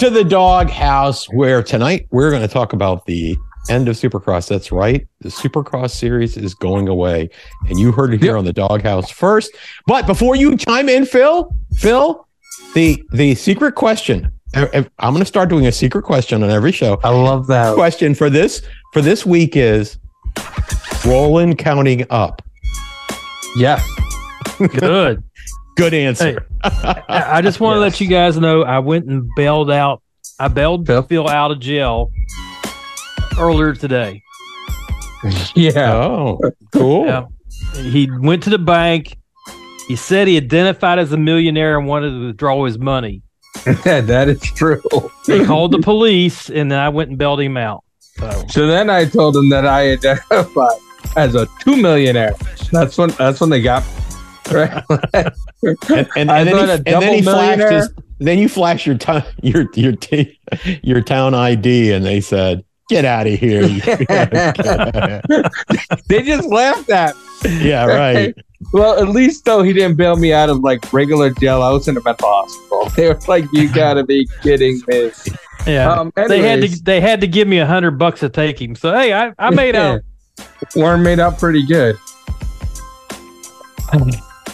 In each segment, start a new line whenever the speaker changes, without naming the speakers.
to the doghouse where tonight we're going to talk about the end of Supercross. That's right. The Supercross series is going away. And you heard it here on the doghouse first. But before you chime in, Phil, Phil, the the secret question. I- I- I'm going to start doing a secret question on every show.
I love that.
Question for this for this week is Roland counting up.
Yeah. Good.
Good answer.
I I just want to
Yes.
let you guys know I went and bailed out. I bailed
Phil?
Phil out of jail earlier today.
Yeah.
Oh, cool.
Yeah. He went to the bank. He said he identified as a millionaire and wanted to withdraw his money.
that is true.
They called the police, and then I went and bailed him out. So
So then I told him that I identified as a two millionaire. That's when that's when they got right.
and, and,
I
and then,
thought
he,
a
and then he
double
flashed
millionaire-
his, then you flash your town your your t- your town ID and they said get out of here
they just laughed at. me.
yeah right
Well, at least though he didn't bail me out of like regular jail. I was in a mental hospital. They were like, "You gotta be kidding me."
yeah,
Um,
they had
anyways,
to they had to give me a hundred bucks to take him. So hey, I, I made out.
Warren made out pretty good.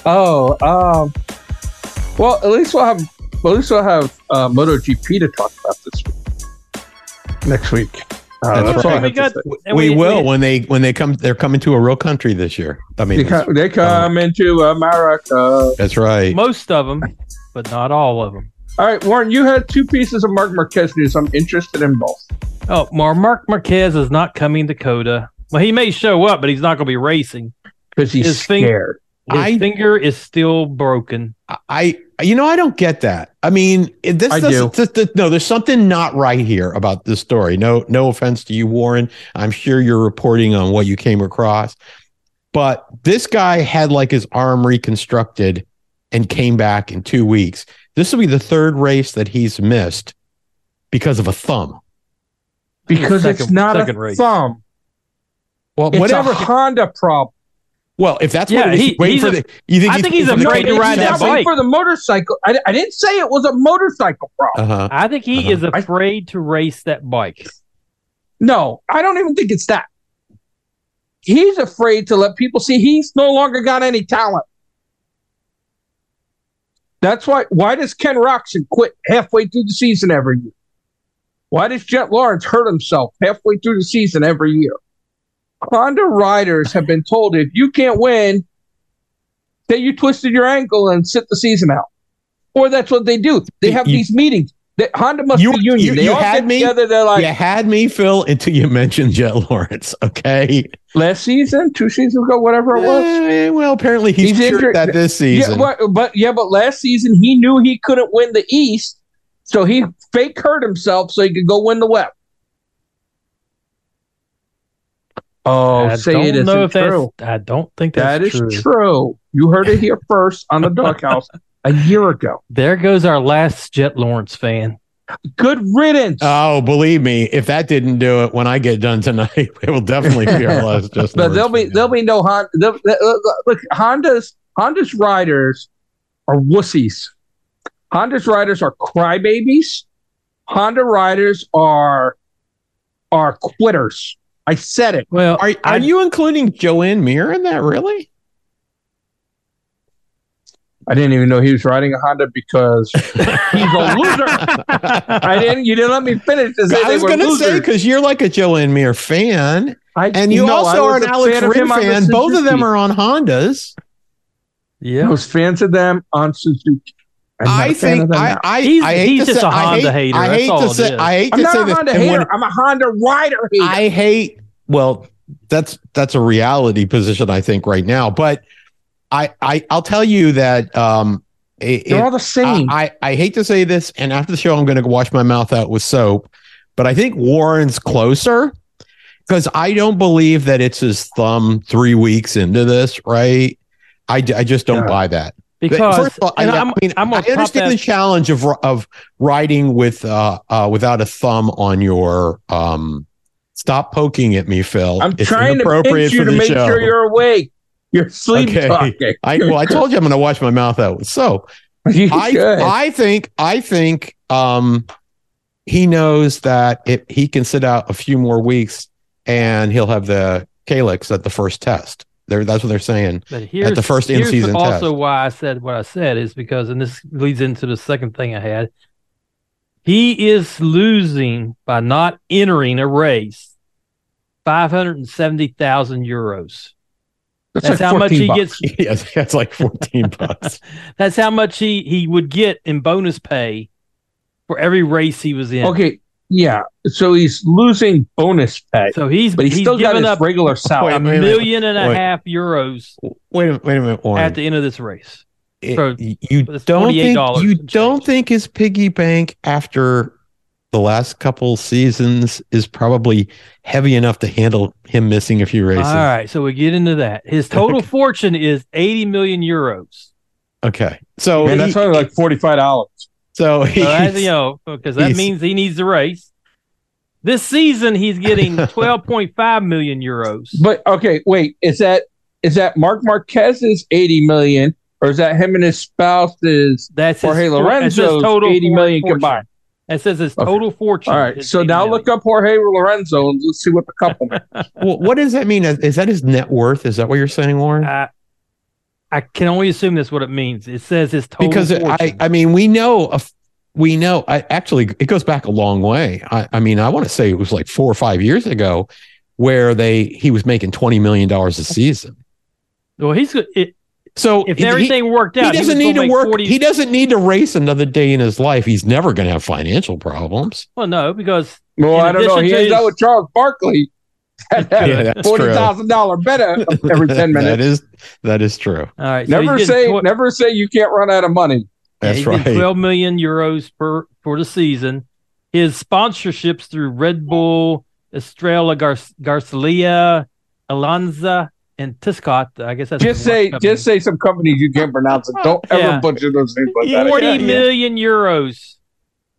Oh, um, well, at least we'll have at least we'll have uh, MotoGP to talk about this week. next week. Uh,
That's
that's all I
right.
have
We
to
got-
say.
and
we, will when they when they come they're coming to a real country this year i mean
They come, Uh-huh. they come into America. All
that's right
most of them, but not all of them.
right, Warren, you had two pieces of Mark Marquez news. I'm interested in both.
Oh, Mar- Mark Marquez is not coming to Coda. Well, he may show up, but he's not going to be racing.
Because he's
His thing-
scared.
His
I-
finger is still broken.
i you know i don't get that i mean it- this,
I
this,
do.
this- this- no there's something not right here about this story no no offense to you warren i'm sure you're reporting on what you came across but this guy had like his arm reconstructed and came back in two weeks this will be the third race that he's missed because of a thumb
Because it's
Second-
not a
second race.
thumb.
well
It's
whatever
a Honda problem.
well if that's what
Yeah,
it is,
he-
he's waiting
he's
for
a-
the you think
I
he's,
think he's
waiting for the
afraid to
crash
ride that
It's not
bike.
for the motorcycle. I, I didn't say it was a motorcycle problem.
uh-huh
I think he
Uh-huh.
is afraid to race that bike.
No, I don't even think it's that. He's afraid to let people see he's no longer got any talent. That's why. Why does Ken Roxon quit halfway through the season every year? Why does Jet Lawrence hurt himself halfway through the season every year? Honda riders have been told if you can't win, that you twisted your ankle and sit the season out, or that's what they do. They have
You-
these meetings. That Honda must
You-
be union.
you-
they
you
all
had
get
me?
together. They're like,
you had me phil until you mentioned jet lawrence okay
last season, two seasons ago, whatever it was.
Eh, well, apparently he's,
He's
cured
injured-
that this season.
Yeah, but, but yeah, but last season he knew he couldn't win the East, so he fake hurt himself so he could go win the West. Oh,
I
say
don't
it isn't
know if that's-
true.
I don't think that's
That is
true.
true. You heard it here first on the Doghouse a year ago.
There goes our last Jet Lawrence fan.
Good riddance.
oh, believe me, if that didn't do it, when I get done tonight, it will definitely be our last. Just
but there'll be there'll be no Honda. They'll, they'll- look, look, Honda's Honda's riders are wussies. Honda's riders are crybabies. Honda riders are are quitters. I said it.
Well,
Are are you including Joanne Muir in that? Really?
I didn't even know he was riding a Honda because he's a loser. I didn't. You didn't let me finish. To say
I
they
was
were
going to
losers.
say because you're like a Joanne Muir fan,
I,
and you
no, I
also are
was
an
a
Alex
fan of
Rim
him on the
fan. Both of them
Suzuki.
are on Hondas.
I
yeah.
was fans of them on Suzuki. I'm not
I
a fan of
think
them
I,
now.
I,
He's-
I hate
he's
to
just
say-
a
I
Honda
hate-
hater.
I
That's
hate
all
to
it
say
is.
I hate
I'm
to
not
say
a
this.
Honda
and when-
hater. I'm a Honda rider hater.
I hate well that's that's a reality position I think right now but I I I'll tell you that um it,
They're
it-
all the
I,
same.
I I hate to say this and after the show I'm going to wash my mouth out with soap but I think Warren's closer cuz I don't believe that it's his thumb 3 weeks into this right I, d- I just don't
Yeah.
buy that
Because
First of all, I,
and
I
I'm,
mean,
I'm
i
gonna pop
understand
that-
the challenge of ri- of riding with uh, uh, without a thumb on your um. Stop poking at me, Phil.
I'm
It's
trying to
inappropriate
pinch you
for
to
the
make
show.
sure you're awake. You're sleep
Okay.
talking.
I well, I told you I'm going to wash my mouth out. So
you
I
should.
I think I think um he knows that if he can sit out a few more weeks and he'll have the calyx at the first test. They're, that's what they're saying.
But here's
the first
here's
in-season
Also,
test.
why I said what I said is because, and this leads into the second thing I had. He is losing by not entering a race, five hundred and seventy thousand euros.
That's, like
That's how much
14
he
bucks.
gets.
yes, that's like 14 bucks.
That's how much he he would get in bonus pay for every race he was in.
Okay, yeah. So he's losing bonus pay,
So he's
but he's, still got
given
his
up
regular
Wait
salary.
a
a minute.
million and a
Wait.
half euros
Wait a wait a minute, Warren.
at the end of this race.
It-
for-
you
for this
don't think
$48
you
and
don't
change.
think his piggy bank after the last couple seasons is probably heavy enough to handle him missing a few races.
All right, so we get into that. His total fortune is 80 million euros.
Okay, so
Man,
he,
that's only like forty five dollars.
so
So that's,
he's-
you know, because that
he's-
means he needs to race. This season, he's getting 12.5 million euros.
But okay, wait, is that is that Mark Marquez's eighty million, or is that him and his spouse's?
That's
Jorge
his, for- that's his
Lorenzo's
total
80
for-
million
fortune.
combined.
That says his
Okay.
total fortune.
All right,
is
so
80
now
million.
look up Jorge Lorenzo and let's see what the couple make.
well, what does that mean? Is, is that his net worth? Is that what you're saying, Warren?
I, I can only assume that's what it means. It says his total
because
fortune.
I, I mean, we know a f- we know. I actually it goes back a long way. I, I mean, I want to say it was like four or five years ago where they he was making twenty million dollars a season.
well, he's go- it,
So
if
he- he-
everything worked out,
he doesn't
was
need
gonna
to
make
work.
40
He doesn't need to race another day in his life. He's never going to have financial problems.
well, no, because
Well,
In
I don't know.
addition
He
to
hangs out
his-
with Charles Barkley.
Yeah, that's true.
Forty thousand dollar better every ten minutes.
that is that is true.
all right, so he's
never
getting
say
tw-
never say you can't run out of money.
Yeah,
That's
he's
right.
getting 12 million euros per for the season. His sponsorships through Red Bull, Estrella Gar- Garcia, Alonza, and Tiscott. I guess that's
Just
the
say
watch company.
just say some companies you can't pronounce it. Don't ever
Yeah.
butcher those names like that.
Forty
again.
million euros.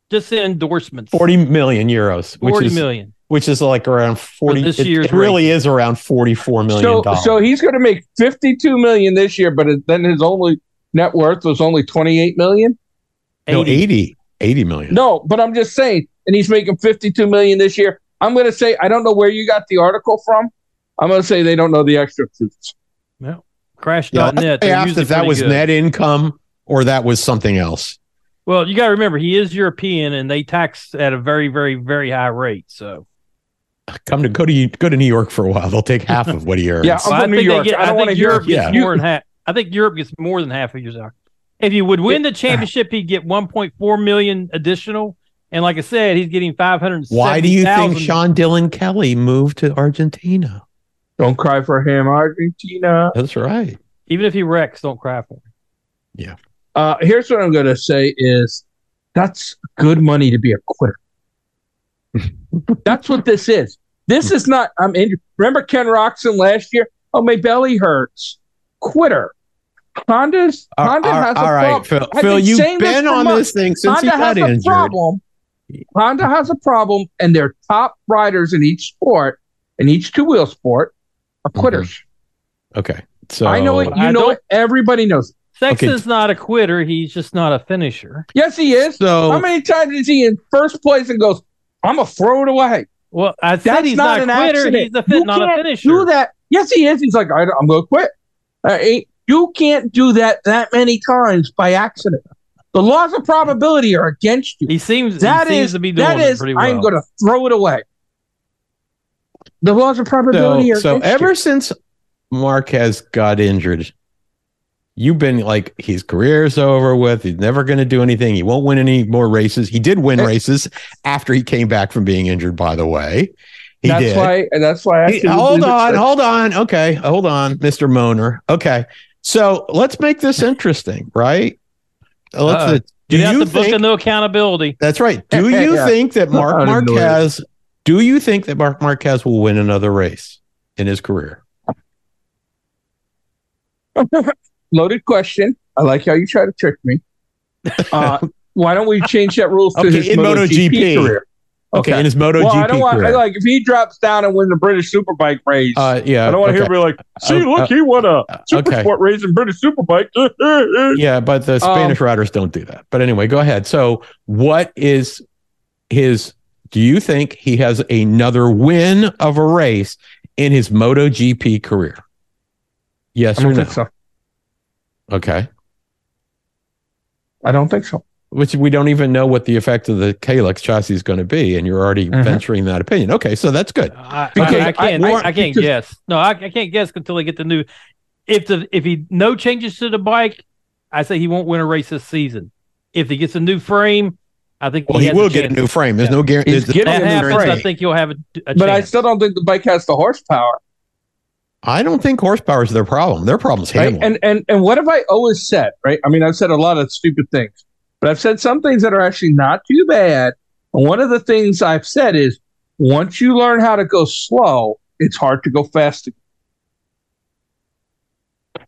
Just in endorsements.
Forty million euros, which
40
is
million.
which is like around forty.
this
it-
year's
it really is around forty-four million
So
dollars.
so he's going to make fifty two million this year, but it- then his only net worth was only twenty eight million.
no,
80.
80, 80 million.
No, but I'm just saying, and he's making fifty two million this year. I'm going to say I don't know where you got the article from. I'm going to say they don't know the extra truths.
Yeah,
Crash.net.
I
they're
asked
usually
if that
pretty
was
good.
net income or that was something else.
Well, you got to remember, he is European and they tax at a very, very, very high rate. So
Come to go to go to New York for a while. They'll take half of what he earns.
Yeah, I'm
Well, I
from New
think they
York.
get-
I don't
think
want to hear.
Europe gets
Yeah.
more than half. I think Europe gets more than half of your salary. If you would win the championship, he'd get 1.4 million additional, and like I said, he's getting 500.
Why do you think Sean Dillon Kelly moved to Argentina?
Don't cry for him, Argentina.
That's right.
Even if he wrecks, don't cry for him.
Uh, here's what I'm going to say is that's good money to be a quitter. that's what this is. This is not, I'm in. Remember Ken Roxon last year? Oh, my belly hurts. Quitter. Honda's, Honda
Uh, all,
has a
all right,
problem.
Phil.
I've
Phil,
been
you've
saying this
been
for
on
months.
this thing since he
Honda
got
has a
injured.
problem. Honda has a problem, and their top riders in each sport, in each two wheel sport, are quitters.
Okay, Mm-hmm. so
I know it. You
I
know
don't-
it. Everybody knows it.
Sexton's not a quitter; he's just not a finisher.
Yes, he is. How
So
many times is he in first place and goes, I'm going to throw it away?
Well, I said
That's
he's
not
not,
an
a quitter;
accident.
he's a fin-
You
not a
can't
finisher.
Do that. Yes, he is. He's like, I, am going to quit. Uh, eh, you can't do that that many times by accident. The laws of probability are against you.
He seems
That
he seems
is-
to be doing
That
it
is,
pretty well.
I'm going to throw it away. The laws of probability
so,
are
so
against
ever
you.
since Marquez got injured, you've been like his career's over with. He's never going to do anything. He won't win any more races. He did win
Eh.
races after he came back from being injured. By the way, he
that's
did.
why. and That's why. I
Hey,
actually
hold
believe it's
on,
like-
hold on. Okay, hold on, Mr. Moner. Okay, so let's make this interesting, right? Let's. uh,
Uh-oh.
do
Uh, you have
you
to book a
think?
no accountability.
That's right. Do you
Yeah.
think that Mark
I didn't know
Marquez? Do you think that Mark Marquez will win another race in his career?
Loaded question. I like how you try to trick me. Uh, why don't we change that rule to
Okay,
his
in
MotoGP,
MotoGP.
career?
Okay, in his MotoGP
Well, I don't want
career.
like if he drops down and wins the British Superbike race.
uh, yeah,
I don't want to
okay.
hear me like, see,
Uh,
look,
uh,
he won a super Um,
okay.
sport race in British Superbike.
Yeah, but the Spanish riders don't do that. But anyway, go ahead. So, what is his do you think he has another win of a race in his MotoGP career? Yes
I
or
don't
no?
think so.
Okay.
I don't think so.
Which we don't even know what the effect of the Kalex chassis is going to be, and you're already
Mhm.
venturing that opinion. Okay, so that's good.
I,
Because
I, I can't.
I-
I,
Warren-
I can't
because-
guess. No, I, I can't guess until they get the new. If the if he no changes to the bike, I say he won't win a race this season. If he gets a new frame, I think
Well, he,
has
will
a
get
chance.
a new frame. There's no guarantee.
He's
there's
getting
no
a
That
new
guarantee.
happens.
frame.
I think he'll have a, a
But I
chance.
still don't think the bike has the horsepower.
I don't think horsepower is their problem. Their problem is
Right?
handling.
And and and what have I always said? Right? I mean, I've said a lot of stupid things, but I've said some things that are actually not too bad. And one of the things I've said is, once you learn how to go slow, it's hard to go fast. Again.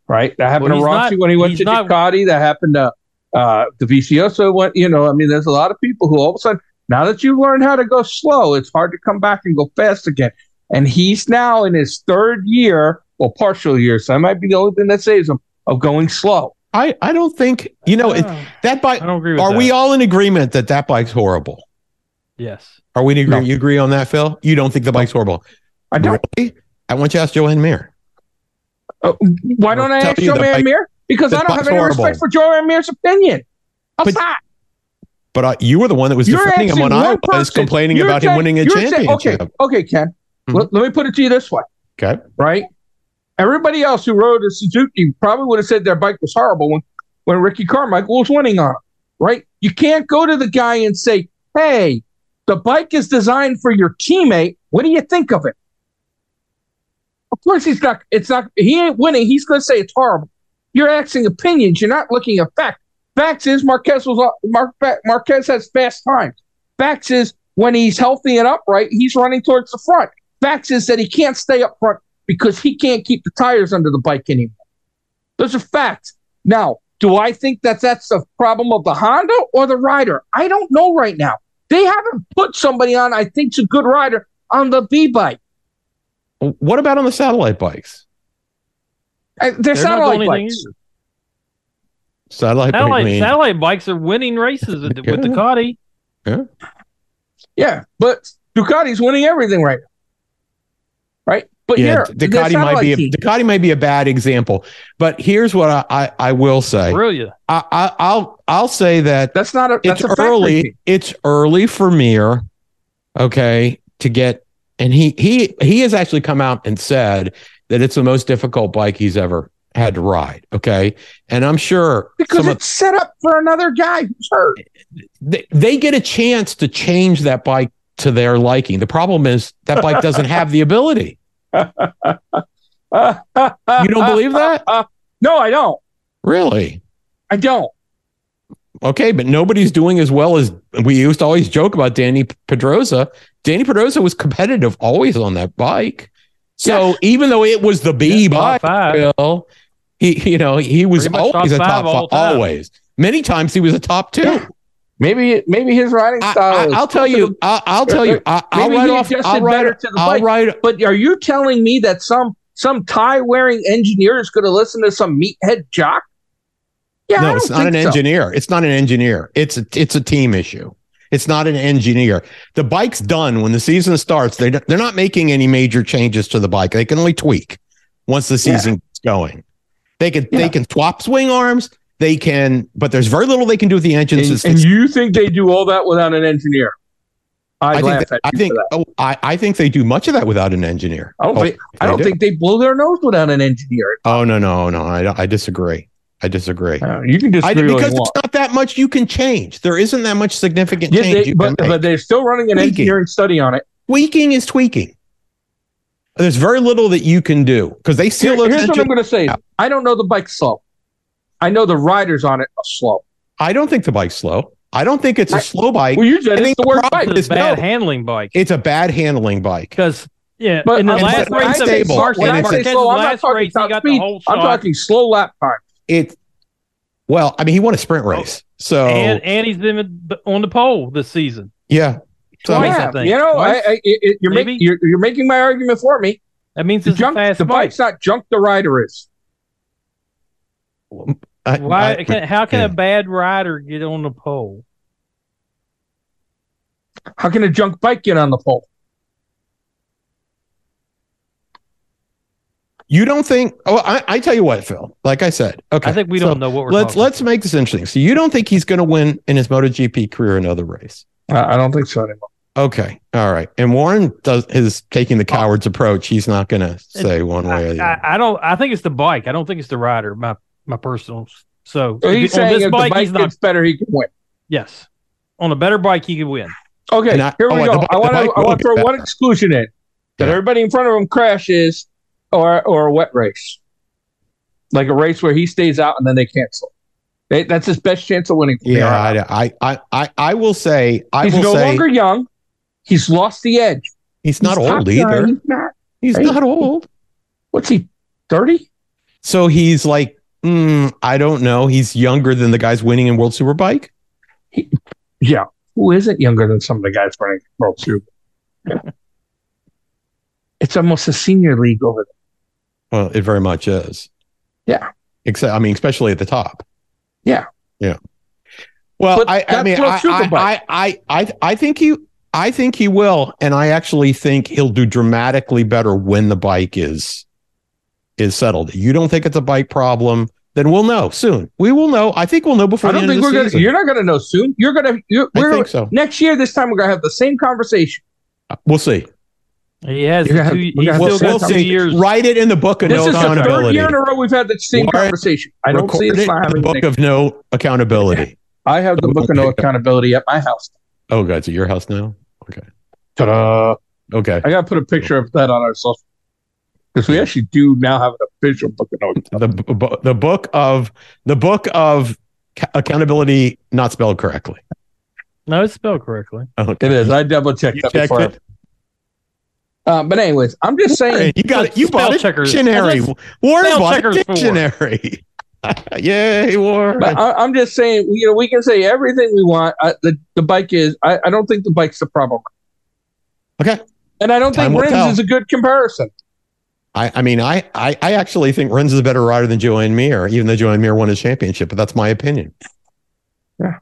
Right? That happened
Well, he's
to Rossi
not-
when he went
he's
to
not-
Ducati. That happened to uh, the Vicioso. Went, you know, I mean, there's a lot of people who all of a sudden, now that you learn how to go slow, it's hard to come back and go fast again. And he's now in his third year, well, partial year, so that might be the only thing that saves him of going slow.
I, I don't think you know Oh, it,
I
that bike.
don't agree with
Are
that.
we all in agreement that that bike's horrible?
Yes.
Are we in agree?
No.
You agree on that, Phil? You don't think the bike's horrible?
I don't.
Really? I want you to ask Joanne Mir.
Uh, why don't I
Tell
ask
you the
Joanne
bike-
Mir? Because
the
I don't have
bike's
any
horrible.
respect for Joanne Mir's opinion. I'm
But
not.
But uh, you were the one that was
You're
defending him
asking
when I
one
was
person-
complaining
You're
about him
saying-
winning a
you're saying-
championship.
okay, okay, Ken.
Mhm.
Let, let me put it to you this way.
Okay.
Right? Everybody else who rode a Suzuki probably would have said their bike was horrible when, when Ricky Carmichael was winning on it. Right? You can't go to the guy and say, hey, the bike is designed for your teammate. What do you think of it? Of course he's not it's not he ain't winning. He's gonna say it's horrible. You're asking opinions, you're not looking at facts. Facts is Marquez was Mar- Marquez has fast times. Facts is when he's healthy and upright, he's running towards the front. Facts is that he can't stay up front because he can't keep the tires under the bike anymore. Those are facts. Now, do I think that that's the problem of the Honda or the rider? I don't know right now. They haven't put somebody on I think's a good rider on the B bike.
What about on the satellite bikes?
Uh, They're,
They're not doing
satellite
anything
bikes.
either.
Satellite, bike
Satellite,
mean-
satellite bikes are winning races with, with
Yeah.
Ducati.
Yeah, but Ducati's winning everything right now. Right? But
yeah,
yeah,
D- Ducati might be a, Ducati might be a bad example. But here's what I I, I will say.
Brilliant.
I, I I'll I'll say that
that's not a that's
it's
a factory team.
early. It's early for Mir, okay, to get and he he he has actually come out and said that it's the most difficult bike he's ever had to ride. Okay, and I'm sure
Because
some of-
it's set up for another guy who's hurt.
they, they get a chance to change that bike to their liking. The problem is that bike doesn't have the ability. You
you
don't believe that,
No, I don't.
really?
I don't.
Okay, but nobody's doing as well as we used to always joke about Danny Pedrosa. Danny Pedrosa was competitive always on that bike. So
Yes.
even though it was the B
Yeah,
bike,
top five.
Bill, he you know he was
Pretty much top
always a
five
top
all
five,
the time.
always. Many times he was a top two.
Yeah. Maybe maybe his riding
I,
style. is
will tell
closer
you.
to-
I, I'll tell you. I, I'll
Maybe
write
he
off.
adjusted
I'll write.
better to the
I'll
bike.
write.
but are you telling me that some some tie wearing engineer is going to listen to some meathead jock? Yeah, I
no,
don't
it's not an
think so.
engineer. It's not an engineer. It's a, it's a team issue. It's not an engineer. The bike's done when the season starts. They they're not making any major changes to the bike. They can only tweak once the
Yeah.
season gets going. They can
Yeah.
they can swap swing arms. They can, but there's very little they can do with the engines.
And,
It's-
and you think they do all that without an engineer? I,
I
laugh
think that- I
at you
think
for that.
oh, I, I think they do much of that without an engineer.
I don't
Oh,
think I don't
do.
think they blow their nose without an engineer.
Oh no no no! I I disagree. I disagree.
Uh, you can
I,
disagree all you
because
want.
there's not that much you can change. There isn't that much significant
Yeah,
change.
they,
you
but,
can make.
but they're still running an
Tweaking.
engineering study on it.
tweaking is tweaking. There's very little that you can do because they
Here-
seal those
here's what I'm
engines.
going to say.
Yeah.
I don't know the bike's slow. I know the riders on it are slow.
I don't think the bike's slow. I don't think it's a
I-
slow bike.
Well, you said
think
it's the
the
worst
problem
bike.
It
It's
is
a bad
no-
handling bike.
It's a bad handling bike.
Because yeah,
But
in the
I'm-
last
but when
race
I
of
say
stable.
Marquez,
When I say
Marquez's
slow, I'm not
last
talking
race, he
top
got the
speed.
whole
I'm
shot,
talking slow lap time.
It, well, I mean, he won a sprint race, so
and
Oh.
and he's been on the pole this season.
yeah. So,
Twice,
yeah,
I think.
you know, I, I,
Twice?
it- it- you're,
Maybe?
making you're, you're making my argument for me.
That means
The,
it's a
junk,
fast
the
bike.
bike's not junk. The rider is.
I-
Why?
I-
can, how can
yeah.
a bad rider get on the pole?
How can a junk bike get on the pole?
You don't think? Oh, I, I tell you what, Phil. Like I said, okay.
I think we
so
don't know what we're.
Let's
talking
let's
about.
make this interesting. So you don't think he's going to win in his MotoGP career another race?
I, I don't think so anymore.
Okay, all right. And Warren does is taking the coward's approach. He's not going to say one way or the
I,
other.
I, I don't. I think it's the bike. I don't think it's the rider. My my personal. So,
So he's
if- on
saying
this
if
bike,
the bike
he's not.
gets better, he can win.
Yes, on a better bike, he could win.
Okay,
And I-
here
oh,
we
the
go.
bike-
I
the
want
bike
to I
will
want
get
to throw
better.
one exclusion in that
Yeah.
everybody in front of him crashes or or a wet race, like a race where he stays out and then they cancel. They, that's his best chance of winning. from here
Yeah,
on out.
I, I- I, I, I will say, I
he's
will
no
say,
longer young. He's lost the edge.
he's not
He's
old
Top Gun.
either.
He's not-
He's
Right?
not old.
What's he? Thirty?
So he's like, mm, I don't know. He's younger than the guys winning in World Superbike.
Yeah. Who isn't younger than some of the guys running World Super? it's almost a senior league over there.
Well, it very much is.
Yeah.
Except, I mean, especially at the top.
Yeah.
Yeah. Well,
But
I, I
that's
mean,
World
I,
Superbike.
I, I, I, I, I think he, I think he will, and I actually think he'll do dramatically better when the bike is is settled. You don't think it's a bike problem? Then we'll know soon. We will know. I think we'll know before.
I don't
the end of
think
the
we're gonna.
season.
You're not gonna know soon. You're gonna. You're, we're
I
gonna
think so.
next year this time we're gonna have the same conversation
We'll see.
He has
You're gonna
two.
have-
He's
we're gonna have
still
We'll,
to
we'll
got two
see.
years.
Write it in the book of
this
no
is the third
accountability.
year in a row we've had the same
Warren,
conversation i don't see
Record
this
it
not
in the
having
book
anything.
of no accountability.
i have the book of no accountability at my house
Oh, God, it's at your house now.
Ta-da.
Okay.
i gotta put a picture of that on our social because we actually do now have an official book of no
the b- b- the book of the book of ca- accountability not spelled correctly.
No, it's spelled correctly.
Okay.
it is i double checked
You
that
checked
before
it.
Uh, but anyways i'm just saying
Hey, You got it. You
Spell
bought a
checkers.
dictionary.
Well,
Warren
spell
bought a
checkers for.
dictionary. Yay, Warren!
but I, i'm just saying you know we can say everything we want I, the, the bike is I, I don't think the bike's the problem
Okay.
and i don't
Time will
think
tell.
rims is a good comparison
I, I mean, I, I I actually think Renz is a better rider than Joanne Mir, even though Joanne Mir won his championship. But that's my opinion.
Yeah.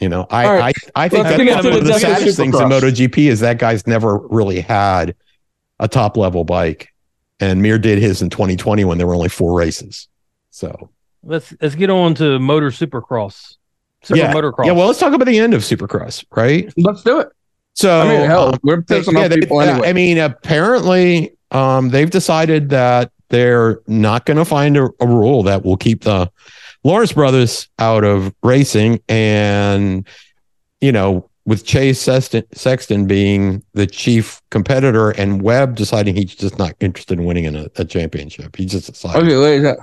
You know, I
All right.
I, I think
Let's
that's
get
one
to
of
the
the
W
saddest things in
Supercross.
MotoGP is that guy's never really had a top level bike, and Mir did his in 2020 when there were only four races. So
Let's let's get on to motor supercross. Super motocross.
yeah. Well, let's talk about the end of Supercross, right?
let's do it
So
I mean, hell,
um,
we're pissing
Yeah,
off
they-
people
uh,
anyway.
I mean, apparently, um, they've decided that they're not going to find a, a rule that will keep the Lawrence brothers out of racing, and you know, with Chase Sexton, Sexton being the chief competitor, and Webb deciding he's just not interested in winning in a, a championship, he just decided.
okay, wait a sec.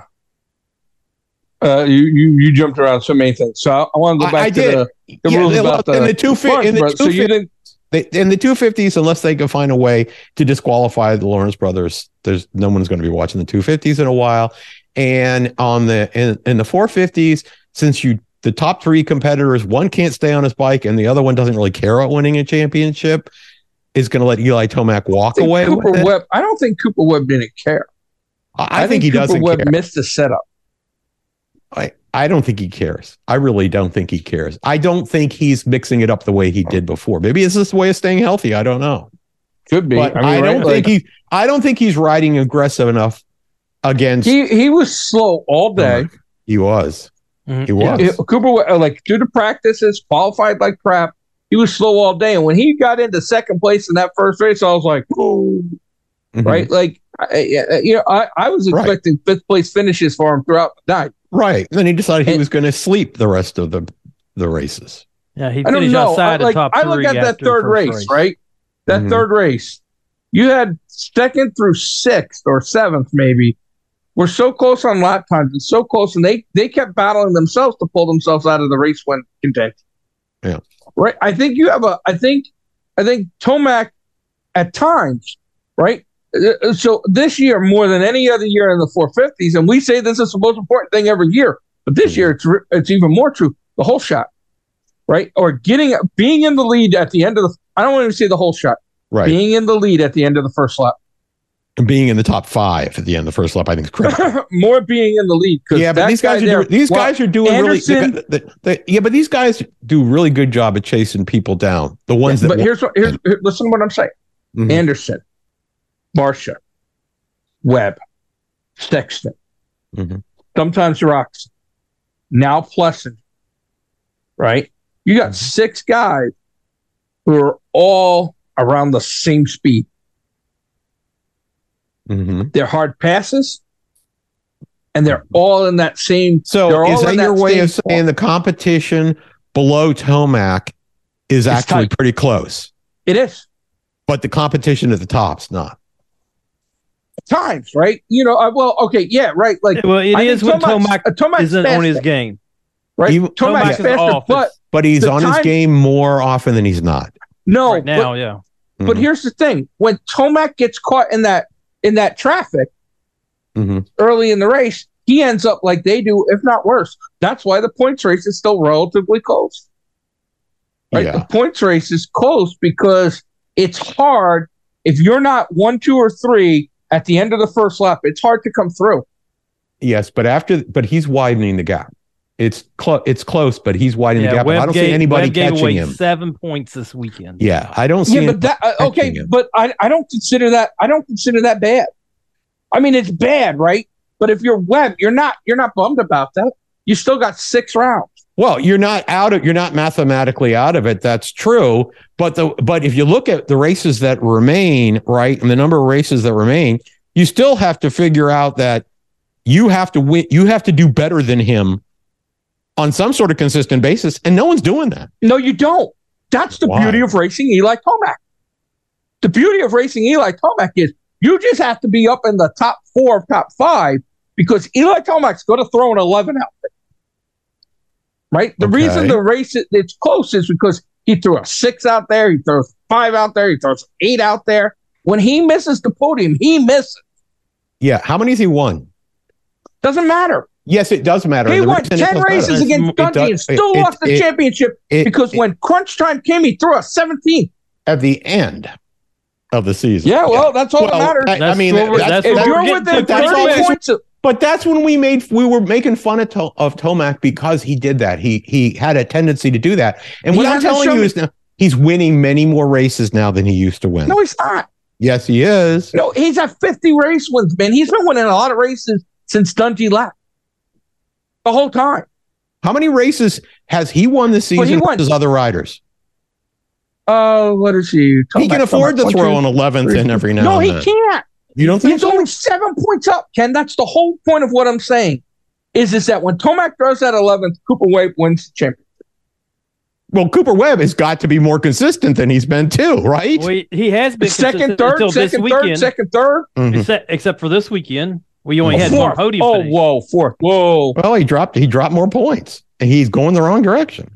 Uh, you, you you jumped around so many things. So I, I want to
I-
go back
I
to
did.
the, the
Yeah,
rules
they
about
lost
the,
in the two fi-
Lawrence
in the
brothers.
two
So you
fif-
didn't.
they, in the 250s unless they can find a way to disqualify the Lawrence brothers there's no one's going to be watching the 250s in a while and on the in, in the 450s since you the top three competitors one can't stay on his bike and the other one doesn't really care about winning a championship is going to let Eli Tomac
I
walk
think
away
Cooper
with it.
Webb. I don't think Cooper Webb didn't care.
I, I think, he
Cooper
doesn't
Webb
care
missed the setup.
I, I don't think he cares I really don't think he cares I don't think he's mixing it up the way he did before maybe it's just a way of staying healthy I don't know
Could be.
but I,
mean,
don't
right,
think he. I don't think he's riding aggressive enough
like,
against. He,
he he was slow all day.
was.
Mhm.
He was.
He- Cooper Webb, uh, like through the practices, qualified like crap. He was slow all day, and when he got into second place in that first race, I was like, "Whoa!"
Mhm.
right? Like, I, I- you know, I, I was
Right.
expecting fifth place finishes for him throughout the night.
Mm-hmm. Right. And then he decided he
And-
was going to sleep the rest of the the races.
Yeah, he
I don't
finished
know. I,
outside the
like,
top
I look
three
at that
after the
third
first Mm-hmm.
race, right? That
Mhm.
third race, you had second through sixth or seventh, maybe. We're so close on lap times and so close, and they they kept battling themselves to pull themselves out of the race when contention.
Yeah.
Right. I think you have a. I think, I think Tomac, at times, right. Uh, So this year more than any other year in the 450s, and we say this is the most important thing every year, but this
Mhm.
year it's re- it's even more true. The whole shot right? Or getting being in the lead at the end of the I don't want to say the whole shot.
Right.
Being in the lead at the end of the first lap.
being in the top five at the end of the first lap, I think is critical.
More being in the lead. 'cause
Yeah, but
that
these guys
guy
are
there-
doing, these
well,
guys are doing really.
Anderson-
the- the- the- yeah, but these guys do really good job at chasing people down. The ones
but
that
here's what here's here- listen to what I'm saying.
Mhm.
Anderson, Marcia, Webb, Sexton,
Mhm.
sometimes Roxon, now Plessin. Right? You got
Mhm.
six guys who are all around the same speed.
Mhm.
They're hard passes, and they're all in that same They're
So
all
is that
in
your
that
way
same
of saying the competition below Tomac is actually
tight.
pretty close,
it is.
but the competition at the top's not.
times, right? You know, I, well, okay, yeah, right. Like
Well, it
I think
is when Tomac
uh, Tomac's
isn't on his
faster,
game.
right.
Even-
Tomac's
Tomac is
faster,
off.
but
It's
But he's
The
on his
time-
game more often than he's not.
no,
right now, yeah.
but, but
Mhm.
here's the thing: when Tomac gets caught in that in that traffic
Mhm.
early in the race, he ends up like they do, if not worse. That's why the points race is still relatively close. Right,
Yeah.
the points race is close because it's hard if you're not one, two, or three at the end of the first lap. It's hard to come through.
Yes, but after, but he's widening the gap. It's close. It's close, but he's widening
yeah
the gap. and I don't see
gave-
anybody
Webb gave away
catching him.
seven points this weekend.
Yeah, I don't see.
yeah,
anybody
but that uh, okay,
catching it.
but I, I don't consider that I don't consider that bad. I mean, it's bad, right? But if you're Webb, you're not you're not bummed about that. You still got six rounds.
Well, you're not out of you're not mathematically out of it. That's true. But the but if you look at the races that remain, right, and the number of races that remain, you still have to figure out that you have to win you have to do better than him on some sort of consistent basis. And no one's doing that.
No, you don't. That's the
Why?
beauty of racing Eli Tomac. The beauty of racing Eli Tomac is you just have to be up in the top four, top five, because Eli Tomac's going to throw an eleven out there. Right. The
Okay.
reason the race i- it's close is because he threw a six out there, he throws five out there, he throws eight out there. When he misses the podium, he misses.
Yeah. How many has he won?
Doesn't matter.
Yes, it does matter.
He
And the
won
reason it
ten
does matter-
races
It
against
does-
Dundee and still
it- it-
lost the
it-
championship
it-
because
it-
when crunch time came, he threw a seventeen.
at the end of the season.
Yeah, well, that's all that matters.
I, I
That's
mean,
what we're-
that's-
that's
if
what
that's-
we're
you're
getting
within
to. That's
30
always-
points, of-
But that's when we made we were making fun of to, of Tomac because he did that. He he had a tendency to do that. And what
He
I'm
hasn't
telling you
shown-
is now he's winning many more races now than he used to win.
no, he's not.
yes, he is.
No, he's at 50 race wins, man. He's been winning a lot of races since Dungey left the whole time.
How many races has he won this
Well, he
season
won-
versus other riders?
Oh, what is he?
he can afford to throw an 11th in every now
No,
and
he
then.
can't.
You don't think
He's
so?
only seven points up, Ken. That's the whole point of what I'm saying. Is is that when Tomac throws that 11th, Cooper Wade wins the championship?
Well, Cooper Webb has got to be more consistent than he's been too, right?
Well, he- he has been
Second,
consistent
third,
until
second,
this
third,
weekend,
second, third.
Mhm.
except, except for this weekend. We only
Oh,
had one
fourth.
podium.
Oh,
finish.
whoa, fourth. Whoa.
Well, he dropped he dropped more points, and he's going the wrong direction.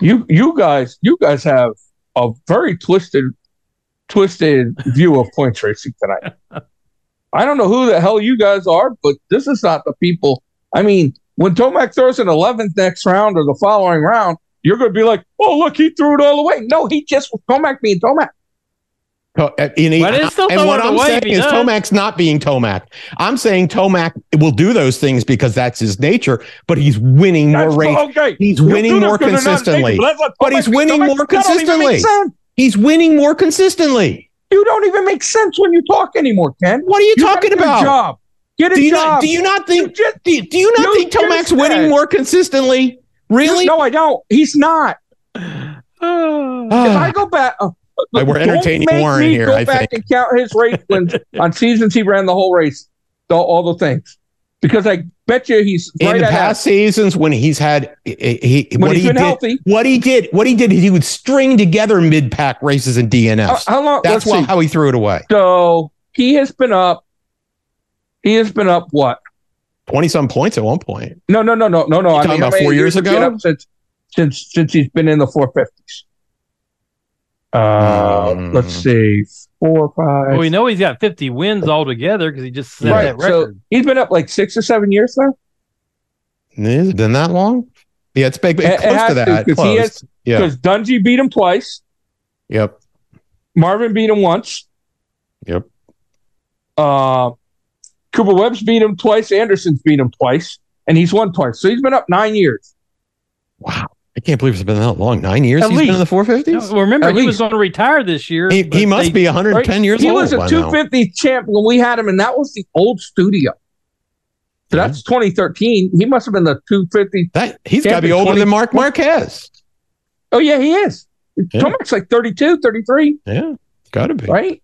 you you guys you guys have a very twisted twisted view of points racing tonight. I don't know who the hell you guys are, but this is not the people. I mean, when Tomac throws an 11th next round or the following round, you're going to be like, "Oh, look, he threw it all away." No, he just Tomac being Tomac.
To- uh, And, he-
But it's still
and what
throwing
I'm
it away
saying
if he
is
does.
Tomac's not being Tomac. I'm saying Tomac will do those things because that's his nature, but he's winning more
That's-
race.
okay.
He's
You'll
winning
do this
more
good or not,
consistently.
that's what
But
Tomac-
he's winning
Tomac-
more
that don't even make
consistently.
sense.
He's winning more consistently.
You don't even make sense when you talk anymore, Ken.
What are you,
gotta
talking
get a
about?
Job. Get a
Do you
job.
not do you not
You
think
just-
do you, do you not
You
think
just
Tomac's
said-
winning more consistently? Really?
No, I don't. He's not. If I
Ah,
go back, uh,
Like, we're
don't
entertaining
make
Warren
me
here,
Go
I
back
think.
and count his race wins on seasons he ran the whole race, the, all the things, because I bet you he's
in
right
the
at
past seasons when he's had he, he-
when
what
he's
he
been
did
healthy.
what he did what he did is he would string together mid-pack races and
How,
DNFs.
Uh, how long?
that's
That's
why,
let's see.
how he threw it away.
So he has been up. He has been up what?
20 some points at one point.
No, no, no, no, no, no.
talking about
how many
four years
has he been
ago?
up since since since he's been in the four fifties. Uh,
Hmm.
let's see, four, five.
Well, we know he's got 50 wins altogether because he just set
Right,
that
so
record.
he's been up like six or seven years now.
Has it been that long? Yeah, it's big,
It- it
it's close
has
to
to,
that.
'cause he
close.
has-
yeah.
because Dungy beat him twice.
Yep.
Marvin beat him once.
Yep.
Uh, Cooper Webb's beat him twice. Anderson's beat him twice, and he's won twice. So he's been up nine years.
Wow. I can't believe it's been that long. Nine years
At
he's been in the
least.
450s?
No, remember,
At
he was
least.
going to retire this year.
he,
but
he must
they-
be 110 years
he
old.
was a
by now.
250 champ when we had him, and that was the old studio. So that's 2013. He must have been the 250.
That, he's got to be
Champion
older
20
than Mark Marquez.
Oh, yeah, he is.
Yeah.
Tomac's like 32, 33,
Yeah, got to be.
right?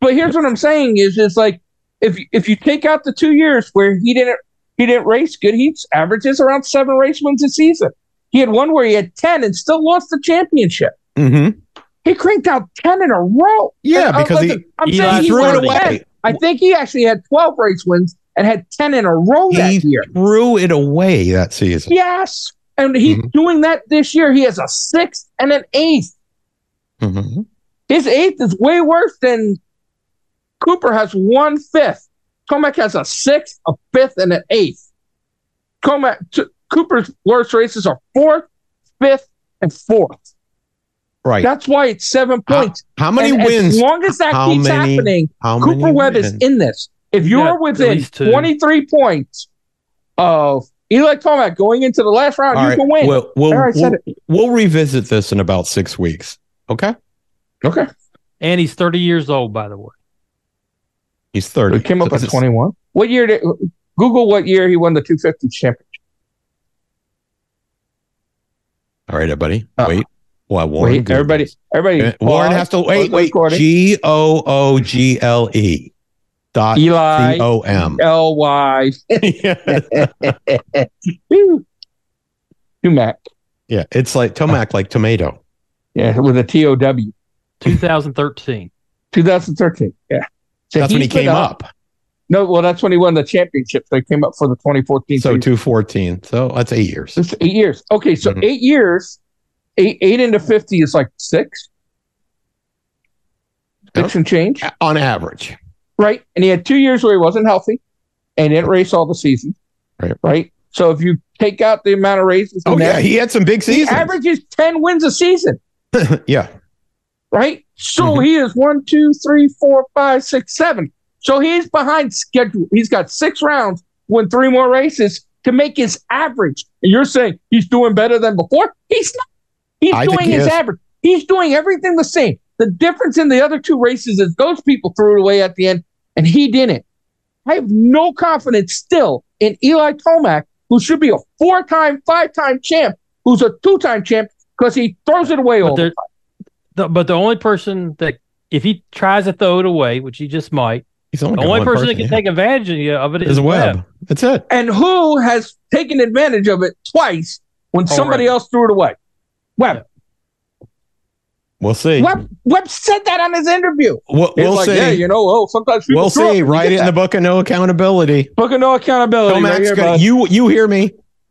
But here's what I'm saying is it's like if if you take out the two years where he didn't he didn't race good, he averages around seven race wins a season. He had one where he had 10 and still lost the championship.
hmm
He cranked out 10 in a row.
Yeah,
And, uh,
because he-
I'm
he
saying
lost
he
threw it
won
away.
10. I think he actually had 12 race wins and had 10 in a row
He
that year.
threw it away that season.
Yes. And he's
Mhm.
doing that this year. He has a sixth and an eighth.
hmm
His eighth is way worse than Cooper has one fifth. Tomac has a sixth, a fifth, and an eighth. Tomac, t- Cooper's worst races are fourth, fifth, and fourth.
Right.
That's why it's seven
How-
points.
how many
And
wins?
As long as that
How
keeps
many-
happening,
How many
Cooper Webb is
wins?
in this. If
You
you
got
are within
least two.
23 points of Eli Tomac going into the last round,
All
you
right,
can win.
We'll, we'll,
There, I said
we'll- we'll revisit this in about six weeks. Okay.
okay.
and he's 30 years old, by the way.
He's
He
30.
came
So
up
this
at
is-
21. What year did Google what year he won the 250 championship?
All right, everybody.
Uh,
wait. Well, Warren.
Wait,
Googles.
everybody, everybody.
Uh, Warren
pause,
has to
pause
wait.
the
Wait.
recording.
G O O G L E dot C
Eli
O M.
L Y.
Yeah.
Woo. Tumac.
Yeah. It's like Tomac, like tomato.
Yeah, with a T O W.
2013.
2013. Yeah. So
That's when he
he's been
came up.
No, well, that's when he won the championship. So he came up for the 2014
So
season.
214. So that's eight years.
It's eight years. Okay, so
Mhm.
eight years, eight eight into fifty is like six, six and change,
A- On average.
right? And he had two years where he wasn't healthy, and didn't race all the season,
Right.
Right. So if you take out the amount of races,
Oh,
and
yeah.
that,
He had some big
he
seasons.
averages ten wins a season,
yeah.
right? So
Mhm.
he is one, two, three, four, five, six, seven. So he's behind schedule. He's got six rounds, win three more races to make his average. And you're saying he's doing better than before? He's not. He's
I think
doing
he
his
is.
average. He's doing everything the same. The difference in the other two races is those people threw it away at the end, and he didn't. I have no confidence still in Eli Tomac, who should be a four-time, five-time champ, who's a two-time champ because he throws it away
Oh,
But
all the
there- the, but the only person that, if he tries to throw it away, which he just might,
He's only
the
got
only
one
person, that can
yeah.
take advantage of you- of it
is
is
Webb.
Webb.
That's it.
and who has taken advantage of it twice when somebody
Already.
else threw it away? Webb.
We'll see.
Webb, Webb said that on his interview.
We'll,
He's
we'll
like,
see.
yeah, you know, oh, sometimes people
we'll
throw up
see.
and you
Right
get
in
that.
the book of no accountability.
book of no accountability. right
Tomac's
here,
gonna,
bud.
you you hear me?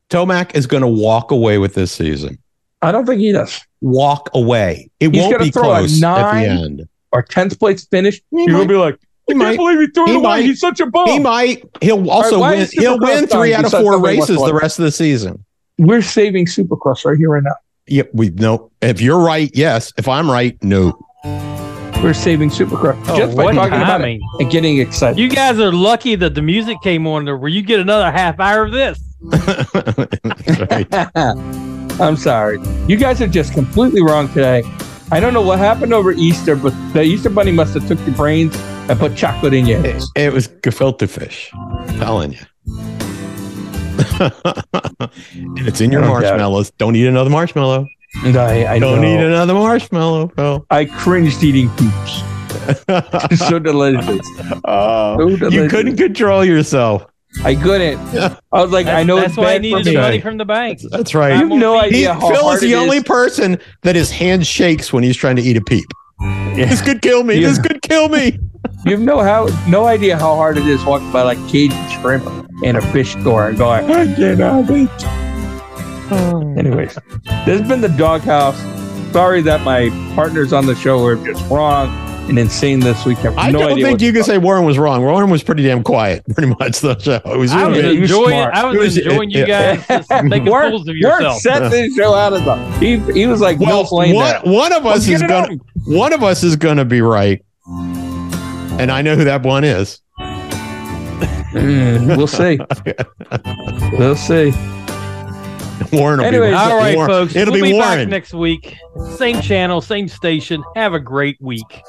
Tomac is going to walk away with this season.
I don't think he does.
Walk away. It
He's
won't
gonna
be
throw a
close
nine.
at the end.
Our tenth place finish.
He
You're gonna
might.
be like, I
He
can't
might.
believe he threw it
He
away.
might.
He's such a bum.
He might. He'll also
why
win.
is
He'll
Supercross
win three
done?
out of
Because
four
nobody wants
races
one.
the rest of the season.
We're saving Supercross right here, right now.
Yep. We no. If you're right, yes. If I'm right, no.
We're saving Supercross
Oh,
just by
what
talking about it
timing.
and getting excited.
You guys are lucky that the music came on there where you get another half hour of this.
Right.
I'm sorry. You guys are just completely wrong today. I don't know what happened over Easter, but the Easter bunny must have took your brains and put chocolate in your
It,
heads.
it was gefilte fish. I'm telling you. and it's in your
I don't doubt it.
marshmallows. Don't eat another marshmallow.
And I, I
Don't
know.
eat another marshmallow, Phil.
I cringed eating poops. so delicious.
Oh,
So
you
delicious.
couldn't control yourself.
I couldn't.
Yeah.
I was like,
That's,
I know
that's
it's
why I
bad
needed
for
the
me.
money from the bank.
That's
You
right.
have no
He-
He,
idea how
Phil
hard
is the
it
only person that his hand shakes when he's trying to eat a peep.
Yeah.
This could kill me.
Yeah.
This could kill me.
You have no how no idea how hard it is walking by like caged shrimp in a fish store and going, I cannot wait. Anyways, this has been the doghouse. Sorry that my partners on the show were just wrong and insane this week. I, have
I
no
don't
idea
think
what-
you can say Warren was wrong. Warren was pretty damn quiet, pretty much. The show. It was
I
you
was
and me.
you're
enjoying.
smart.
I
You're
was
s-
enjoying you
yeah.
guys just making
Warren-
fools of
Warren
yourself.
set this show out of the. He, he was like
Well,
Mills Lane
one,
there.
one of
Let's
us
get
is
it
gonna
on.
one of us is gonna be right. And I know who that one is.
Mm, we'll see. we'll see.
Warren will
Anyways,
be
All right,
Warren-
folks.
It'll
we'll
be
be back
Warren.
next week. Same channel, same station. Have a great week.